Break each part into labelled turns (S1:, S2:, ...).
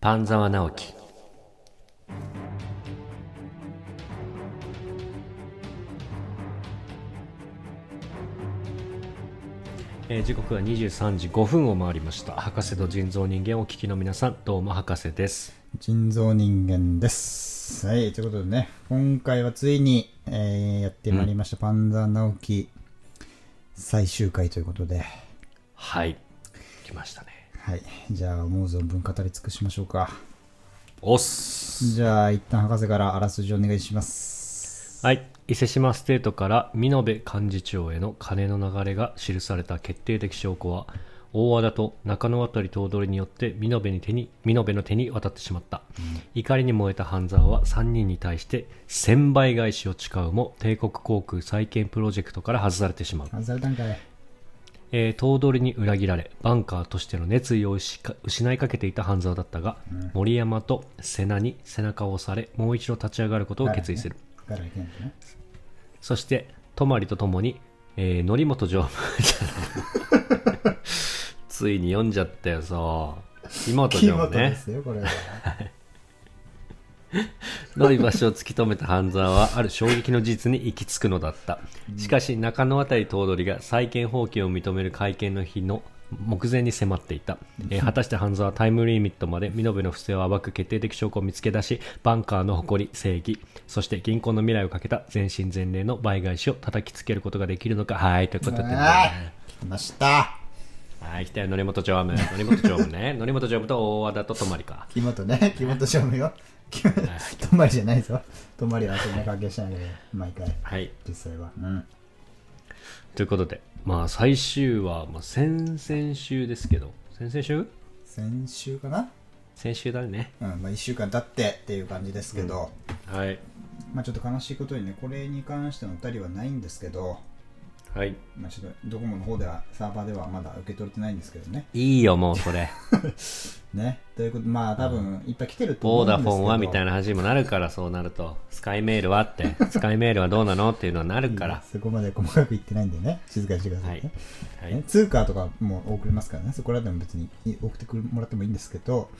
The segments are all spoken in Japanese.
S1: 丹沢直樹えー時刻は23時5分を回りました博士と人造人間をお聞きの皆さんどうも博士です
S2: 人造人間です。はい、ということでね、今回はついに、えーやってまいりました、パンザ直樹最終回ということで、
S1: はい来ましたね
S2: はい、じゃあ思う存分語り尽くしましょうか。
S1: おっす
S2: じゃあ一旦博士からあらすじお願いします。
S1: はい伊勢志摩ステートから見延幹事長への金の流れが記された決定的証拠は大和田と中野渡頭取によって見延に手に見延の手に渡ってしまった、怒りに燃えた半沢は3人に対して1000倍返しを誓うも帝国航空再建プロジェクトから外されてしまう
S2: あ、されたんかい。
S1: えー頭取に裏切られバンカーとしての熱意を失か失いかけていた半沢だったが、森山と瀬名に背中を押されもう一度立ち上がることを決意する、
S2: だからいけないんだね。
S1: そして、泊まりとともに、えー、則本常務 ついに読んじゃったよ、そう。妹
S2: キ
S1: 常
S2: ーワー
S1: 務
S2: ドで
S1: ね。
S2: すよ、これは。
S1: の居場所を突き止めた半沢は、ある衝撃の事実に行き着くのだった。しかし、中野渡り頭取が債権放棄を認める会見の日の目前に迫っていた。えー果たして半沢はタイムリミットまで、身延の不正を暴く決定的証拠を見つけ出し、バンカーの誇り、正義、そして銀行の未来をかけた全身全霊の倍返しを叩きつけることができるのか、はい、ということで、
S2: はい、来ました。
S1: はい、来たよ、則本常務。則本常務ね。則本常務と大和田と泊まりか。
S2: 木本ね、木本正務よ。木 本泊まりじゃないぞ。泊まりはそんな関係してないけど、毎回、
S1: はい。
S2: 実際は。うん。
S1: ということで、まあ、最終は、まあ、先々週ですけど、先々週
S2: 先週かな
S1: 先週だね。
S2: うんまあ、1週間経ってっていう感じですけど、
S1: はい。
S2: まあ、ちょっと悲しいことにねこれに関してのお便りはないんですけど、
S1: はい。
S2: まあ、ちょっとドコモの方ではサーバーではまだ受け取れてないんですけどね。
S1: いいよ、もうそれ。
S2: ねということでまあ多分いっぱい来てると
S1: ボ
S2: 思うん
S1: ーダ
S2: ですけ
S1: フ
S2: ど
S1: ォンはみたい
S2: な
S1: な話にもなるから、そうなると。スカイメールはって。スカイメールはどうなのっていうのはなるから。
S2: そこまで細かく言ってないんでね静かにしてくださ
S1: はいい
S2: ね。。
S1: は
S2: ね
S1: い。
S2: 通貨とかも送れますからねそこらでも別に送ってくるもらってもいいんですけど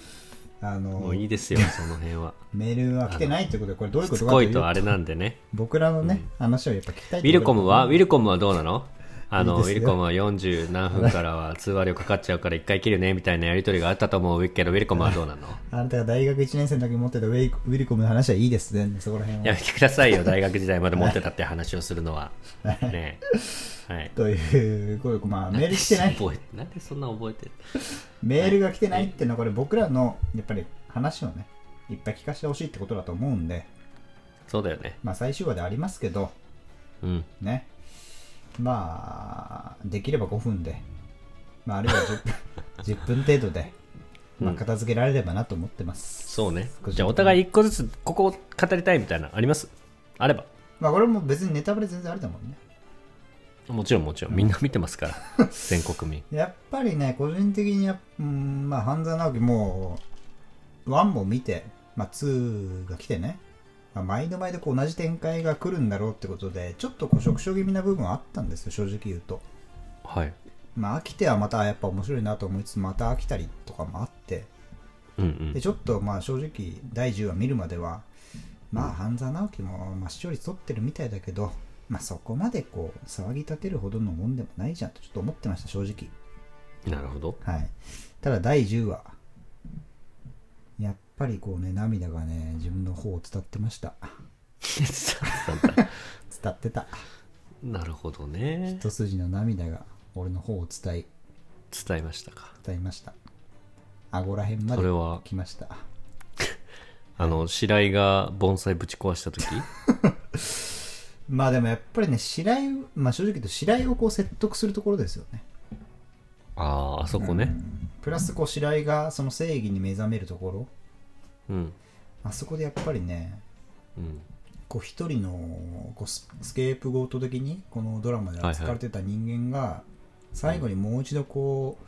S2: あ
S1: も
S2: の
S1: ういいですよ、その辺は。
S2: メールは来てないということでこれどういう
S1: し
S2: こ
S1: つ
S2: とかと
S1: こ
S2: い
S1: いうとあ
S2: と
S1: れなんでね。
S2: 僕らのね、話をやっぱ聞きたい
S1: ウィルコムはウィルコムはどうなのあの
S2: いい
S1: ウ
S2: です
S1: ィ
S2: よ
S1: ルコムは40何分からは通話料かかっちゃうから一回切るねみたいなやり取りがあったと思うけどウィルコムはどうなの
S2: あなたが大学1年生の時に持ってたウェイクウィルコムの話はいいですね、そこら辺
S1: や
S2: は。
S1: めてくださいよ大学時代まで持ってたって話をするのはねえはい
S2: ということで、まあ、メール来てない、
S1: 覚えてなんでそんな覚えてる
S2: メールが来てないっていうのは、これ僕らの、やっぱり話をね、いっぱい聞かせてほしいってことだと思うんで、
S1: そうだよね
S2: まあ、最終話でありますけど、
S1: うん
S2: ね、まあ、できれば5分で、まあ、あるいは10分 ,10 分程度で、まあ、片付けられればなと思ってます。
S1: そうね
S2: 少し
S1: じゃあお互い一個ずつここを語りたいみたいなのありますあれば
S2: まあ、これも別にネタバレ全然ありだもんね。
S1: もちろんもちろんみんな見てますから全国民
S2: やっぱりね、個人的にやっ、うん、まあ、半沢直樹もう、1も見て、まあ、2が来てね、まあ、毎度毎度こう同じ展開が来るんだろうってことで、ちょっとこう、触手気味な部分はあったんですよ、正直言うと。
S1: はい
S2: まあ、飽きてはまたやっぱ面白いなと思いつつ、また飽きたりとかもあって、
S1: うんう
S2: で、
S1: ん
S2: ちょっとまあ、正直、第10話見るまでは、まあ、半沢直樹も、まあ、視聴率取ってるみたいだけど、まあ、そこまでこう、騒ぎ立てるほどのもんでもないじゃんと、ちょっと思ってました、正直。
S1: なるほど
S2: はい、ただ第10話やっぱりこうね涙がね自分の方を伝ってました伝ってた
S1: なるほどね
S2: 一筋の涙が俺の方を伝い
S1: 伝えましたか
S2: 伝いました顎らへんま
S1: そ
S2: で
S1: れは
S2: 来ました
S1: あの白井が盆栽ぶち壊した時
S2: まあでもやっぱりね白井、まあ、正直言うと白井をこう説得するところですよね
S1: あああそこね
S2: プラスこう白井がその正義に目覚めるところ
S1: うん
S2: あそこでやっぱりね
S1: うん
S2: こう一人のこうススケープゴート的にこのドラマで扱われてた人間が最後にもう一度こう、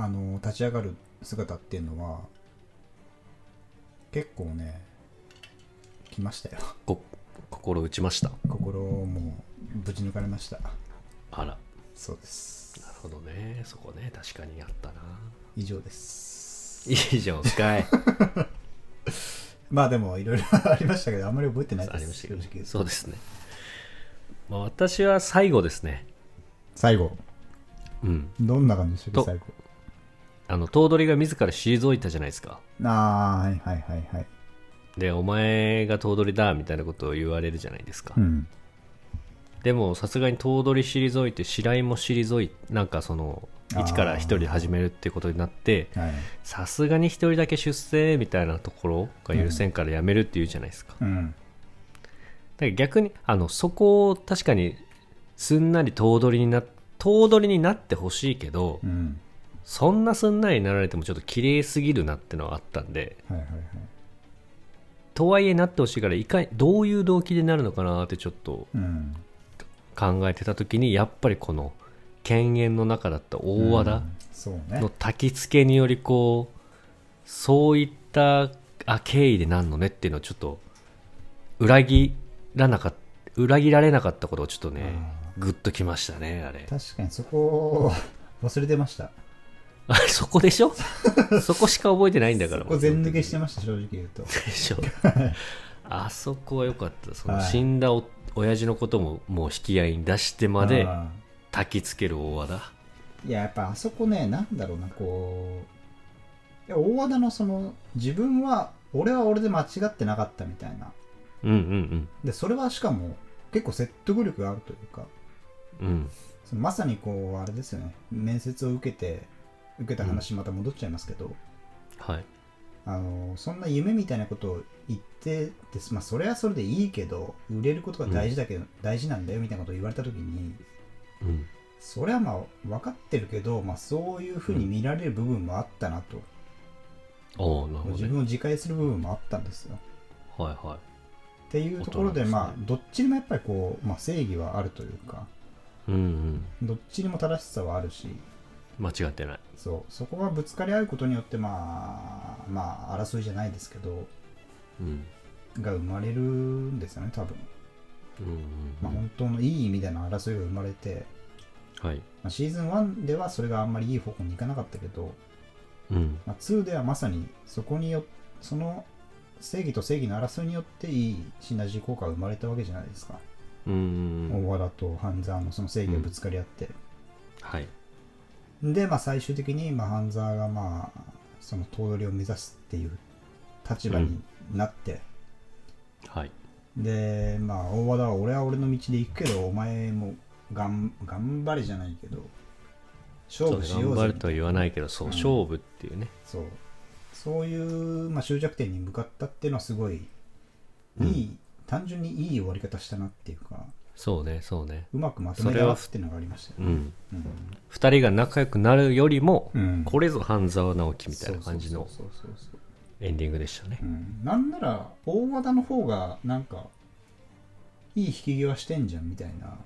S2: あの立ち上がる姿っていうのは結構ね来ましたよ
S1: こ心打ちました
S2: 心をもうぶち抜かれました
S1: あらなる
S2: そうです
S1: ほどねそこね確かにあったな
S2: 以上です
S1: いいじゃんかい
S2: まあでもいろいろありましたけどあんまり覚えてない
S1: あ
S2: で
S1: りまし
S2: す
S1: たけど
S2: 正直
S1: そうですね、まあ、私は最後ですね
S2: 最後
S1: うん
S2: どんな感じでしたっ
S1: と
S2: け最後
S1: あの頭取が自ら退いたじゃないですか
S2: ああはいはいはいはい
S1: でお前が頭取だみたいなことを言われるじゃないですか、
S2: うん
S1: でもさすがに頭取退いて白井も退いなんかその
S2: あー
S1: 一から一人で始めるってことになって
S2: はい
S1: さすがに一人だけ出世みたいなところが許せんからやめるって言うじゃないですか,、
S2: う
S1: だ
S2: ん
S1: から逆にあのそこを確かにすんなり頭取にな頭取になってほしいけど、
S2: うん
S1: そんなすんなりになられてもちょっと綺麗すぎるなってのはあったんで
S2: はいはいはい
S1: とはいえなってほしいからいかにどういう動機でなるのかなってちょっと
S2: うん
S1: 考えてた時にやっぱりこの犬猿の中だった大和
S2: う
S1: 田
S2: んそうね
S1: の焚き付けによりこうそういったあ経緯でなんのねっていうのをちょっと裏切らなかった裏切られなかったことをちょっとねグッときましたねあれ
S2: 確かにそこ 忘れてました
S1: あれそこで しょそこしか覚えてないんだから
S2: そこ全抜けしてました正直言うと
S1: でしょ あそこは良かったその
S2: はい
S1: 死んだお親父のことももう引き合いに出してまで
S2: あ
S1: 焚きつける大和田
S2: ーいややっぱあそこねなんだろうなこういや大和田のその自分は俺は俺で間違ってなかったみたいな
S1: うんうん
S2: でそれはしかも結構説得力があるというか
S1: うんうん
S2: そのまさにこうあれですよね面接を受けて受けた話また戻っちゃいますけど、
S1: はい
S2: あのそんな夢みたいなことを言ってて、まあ、それはそれでいいけど売れることが大事だけど、大事なんだよみたいなことを言われた時に
S1: うん
S2: それはまあ分かってるけど、まあ、そういうふうに見られる部分もあったなと、
S1: おおなるほど
S2: 自
S1: ね
S2: 分を自戒する部分もあったんですよ
S1: はいは
S2: っていうところ
S1: 大人で
S2: で
S1: すね
S2: まあどっちにもやっぱりこう、まあ、正義はあるというか
S1: いうんうん
S2: どっちにも正しさはあるし
S1: 間違ってない
S2: そうそこがぶつかり合うことによってまあまあ争いじゃないですけど
S1: うん
S2: が生まれるんですよね多分、
S1: うん
S2: まあ、
S1: うん
S2: 本当のいい意味での争いが生まれて、
S1: はい
S2: まあ、シーズン1ではそれがあんまりいい方向に行かなかったけど、
S1: うん
S2: まあ、2ではまさにそこによその正義と正義の争いによっていいシナジー効果が生まれたわけじゃないですか、
S1: うんうんうん
S2: 大和田と半沢のその正義がぶつかり合って、
S1: はい
S2: で、まあ、最終的に、まあ、半沢が、まあ、その頭取を目指すっていう立場になって、
S1: はい
S2: で、まあ、大和田は俺は俺の道で行くけど、お前もがん頑張れじゃないけど、
S1: そ
S2: 勝
S1: う
S2: 負
S1: ね
S2: しよ
S1: 頑
S2: う
S1: 張
S2: ぜ
S1: るとは言わないけどそう
S2: うん
S1: 勝負っていうね
S2: そうそういう、まあ、終着点に向かったっていうのはすごいい
S1: うん
S2: い、単純にいい終わり方したなっていうか
S1: そうねそうね
S2: うまくまと
S1: そ
S2: めた
S1: れ
S2: な
S1: は
S2: っていうのがありましたよ
S1: う
S2: ね
S1: ん
S2: うん
S1: 二人が仲良くなるよりも
S2: うん
S1: これぞ半沢直樹みたいな感じの
S2: そうそうそうそうそう
S1: エンディングでしたね
S2: うんなんなら大和田の方がなんかいい引き際してんじゃんみたいな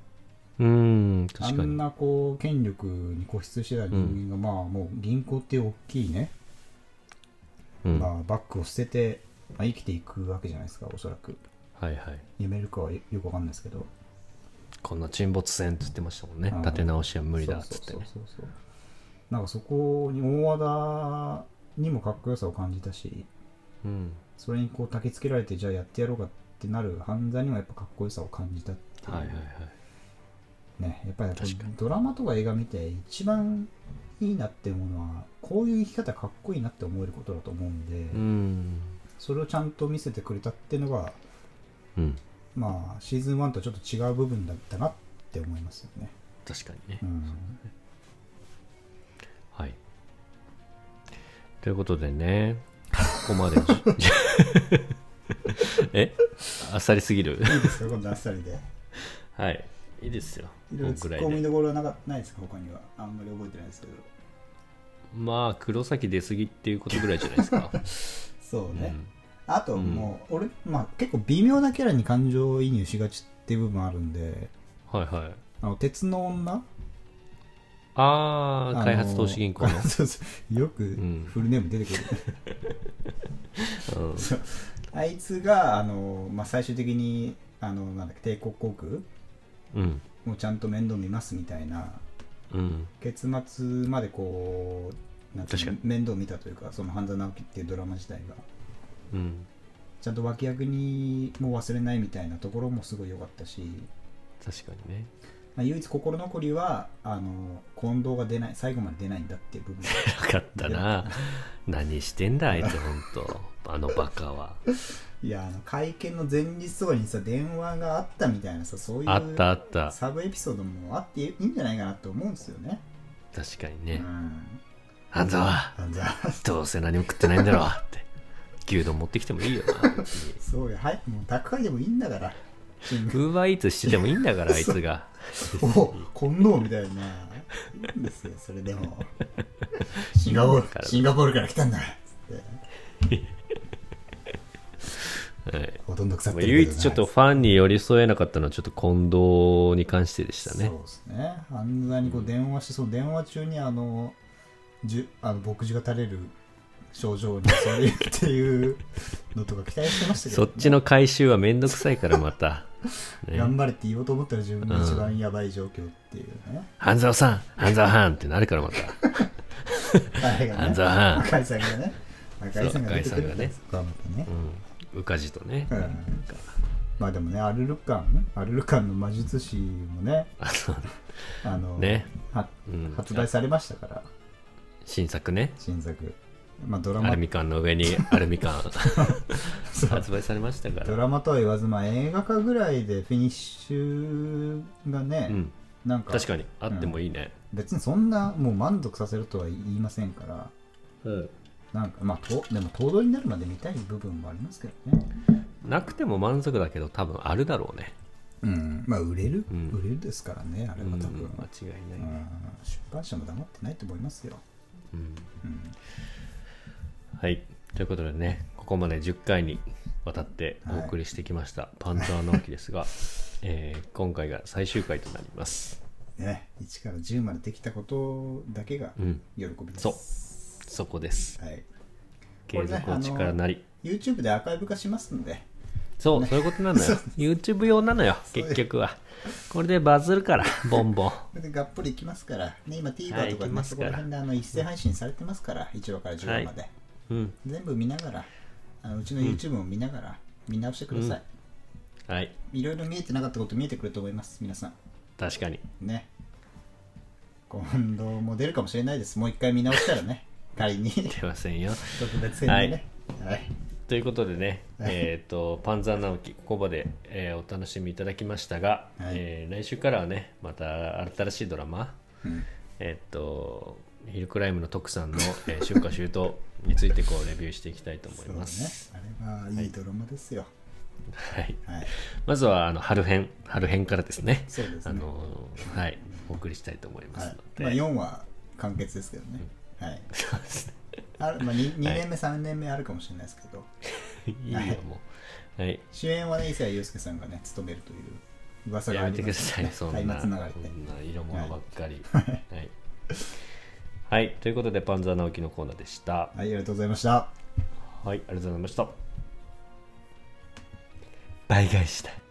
S1: うん
S2: あ
S1: 確か
S2: ん
S1: に
S2: なこう権力に固執してた人間が、まあもう銀行っていう大きいね、
S1: うん
S2: まあ、バッグを捨てて、まあ、生きていくわけじゃないですかおそらく
S1: はいはい
S2: やめるかはよくわかんないですけど
S1: こんな沈没船って言ってましたもんね
S2: うん
S1: 立て直しは無理だっつってね
S2: そうそうそうそうなんかそこに大和田にもかっこよさを感じたし
S1: うん
S2: それにこう焚きつけられてじゃあやってやろうかってなる犯罪にもやっぱかっこよさを感じたっていう、
S1: はいはいはい
S2: ねやっぱり
S1: 確かに
S2: ドラマとか映画見て一番いいなって思うのはこういう生き方かっこいいなって思えることだと思うんで、
S1: うん
S2: それをちゃんと見せてくれたっていうのが
S1: うん
S2: まあシーズン1とちょっと違う部分だったなって思いますよね、
S1: 確かにね
S2: うん、
S1: はいということでねここまで えあっさりすぎる
S2: いいですかこんなあっさりで
S1: はいいいですよ
S2: いろ
S1: こ
S2: いろ
S1: ん
S2: 突
S1: ぐ
S2: っ
S1: ら
S2: 込
S1: い
S2: み
S1: で
S2: どころはなかないですか他にはあんまり覚えてないですけど
S1: まあ黒崎出過ぎっていうことぐらいじゃないです か、
S2: そう
S1: う
S2: ね、
S1: ん
S2: あともう、俺、まあ、結構微妙なキャラに感情移入しがちっていう部分もあるんで
S1: はいはい
S2: あの鉄の女
S1: あ
S2: あ
S1: あ
S2: の
S1: 開発投資銀行の
S2: そうそうよく
S1: ん
S2: フルネーム出てくる、
S1: うん
S2: あいつがあの、まあ、最終的にあのなんだっけ帝国航空
S1: うん
S2: もうちゃんと面倒見ますみたいな
S1: うん
S2: 結末までこうなんていうの
S3: 確
S2: 面倒見たというかその半沢直樹っていうドラマ自体が
S1: うん
S2: ちゃんと脇役にもう忘れないみたいなところもすごい良かったし、
S1: 確かにね
S2: まあ、唯一心残りはあの近藤が出ない最後まで出ないんだってい う部分
S1: 分かったな何してんだあいつ本当あのバカはい
S2: やあの会見の前日とかにさ電話があったみたいなさそういう
S1: あったあった
S2: サブエピソードもあっていいんじゃないかなと思うんですよね。
S1: 確かに
S2: う
S1: ね
S2: ん、
S1: あんたは
S2: あじゃあ
S1: どうせ何も食ってないんだろうって牛丼持ってきてもいいよな別に
S2: そうよ、はい、もう宅配でもいいん だから。
S1: ウーバーイーツしててもいいんだ からあいつが
S2: おこんのみたいな。いいんですよ、それでも。シンガポ ール、シンガポールから来たんだつって。
S1: はい
S2: ほとんど腐ってるけどな
S1: 唯一ちょっとファンに寄り添えなかったのはちょっと近藤に関してでしたね
S2: そうですね。犯罪にこう電話して、その電話中にあの、じゅあの牧師が垂れる症状にそれっていうのとか期待してましたけど
S1: そ
S2: ね、
S1: っちの回収はめんどくさいからま た、
S2: 頑
S1: ね、
S2: 張れって言おうと思ったら自分が一番やばい状況っていう ね。
S1: 半沢さん半沢班ってなるからまた
S2: 誰が
S1: 半
S2: ね、
S1: 沢班
S2: 赤井さんがね、赤井さんが出てく
S1: そう赤井
S2: る
S1: さんがね
S2: そこはまたね。
S1: うん宇梶とね、
S2: うんまあでもね、アルルカン、アルルカンの魔術師もね、
S1: あそう
S2: あの、
S1: ね
S2: は
S1: うん
S2: 発売されましたから、
S1: 新作ね
S2: 新作。まあドラ
S1: ア
S2: マ
S1: ル、ミ缶の上 にアルミ缶
S2: そう
S1: 発売されましたか
S2: ド
S1: ら
S2: ラマとは言わず、まあ映画化ぐらいでフィニッシュがね、
S1: うん
S2: なんか
S1: 確かにあってもいいね、
S2: 別にそんなもう満足させるとは言いませんから、なんかまあと、でも東堂になるまで見たい部分もありますけどね。
S1: なくても満足だけど多分あるだろうね、
S2: うん、まあ売れる、
S1: うん
S2: 売れるですからね、あれ
S1: う
S2: は
S1: ん、
S2: 多
S1: 間
S2: 分。
S1: 違いな
S2: う
S1: い、
S2: ん出版社も黙ってないと思いますよ。
S1: うん
S2: うん
S1: はい。ということでね、ここまで10回にわたってお送りしてきま した、パンツァー直樹ですが、えー今回が最終回となります。
S2: ね、1から10までできたことだけが
S1: うん。
S2: 喜びです。
S1: そうそこです。
S2: はい、
S1: 継続の力なり。
S2: YouTube でアーカイブ化しますんで、
S1: そう、そういうことなの よ。YouTube 用なのよ、結局は。これでバズるから、ボンボン。
S2: それでがっぽりいきますから、ね、今 TVer
S1: はい
S2: とか
S1: 行き
S2: ね、
S1: ま
S2: そ
S1: す
S2: こ
S1: から
S2: ら辺であの一斉配信されてますから、1話から10話まで。
S1: うん。
S2: 全部見ながら、あのうちの YouTube も見ながら、見直してください。
S1: はい。
S2: いろいろ見えてなかったこと見えてくると思います、皆さ
S1: 確かに。
S2: ん。ね。今度も出るかもしれないです。もう一回見直した らね、仮に。
S1: 出ません よ。
S2: 特別編でね。はい。
S1: ということでね、
S2: はい
S1: えっ、と、パンザー直樹、ここまで、えーお楽しみいただきましたが、
S2: はい
S1: えー来週からはね、また新しいドラマ、
S2: うん
S1: えっと、ヒルクライムの徳さんの、えー、春夏秋冬についてこうレビューしていきたいと思い
S2: そう
S1: ま
S2: ね
S1: す。。
S2: あれはいいドラマですよ。
S1: はい、
S2: はい。
S1: まずはあの春編、春編からですね。
S2: そうですね
S1: あのーはい、お送りしたいと思いま
S2: は
S1: す
S2: いま
S1: の
S2: あ、
S1: で。
S2: 4話完結ですけどね。はい。
S1: そうですね
S2: あるまあ、2, 年目、3年目あるかもしれないですけど、
S1: いいよもう。はい、
S2: 主演はね、伊勢祐介さんがね、務めるという噂
S1: や
S2: があ
S1: め
S2: り
S1: てく
S2: ま
S1: だ
S2: す
S1: さい、そんな、
S2: はい、
S1: そ
S2: 松
S1: ん
S2: 永
S1: な
S2: って。
S1: 色物ばっかり。はい、はい、ということでパンザー直樹のコーナーでした。
S2: はい、ありがとうございました。
S1: はい、ありがとうございました。倍返しだ。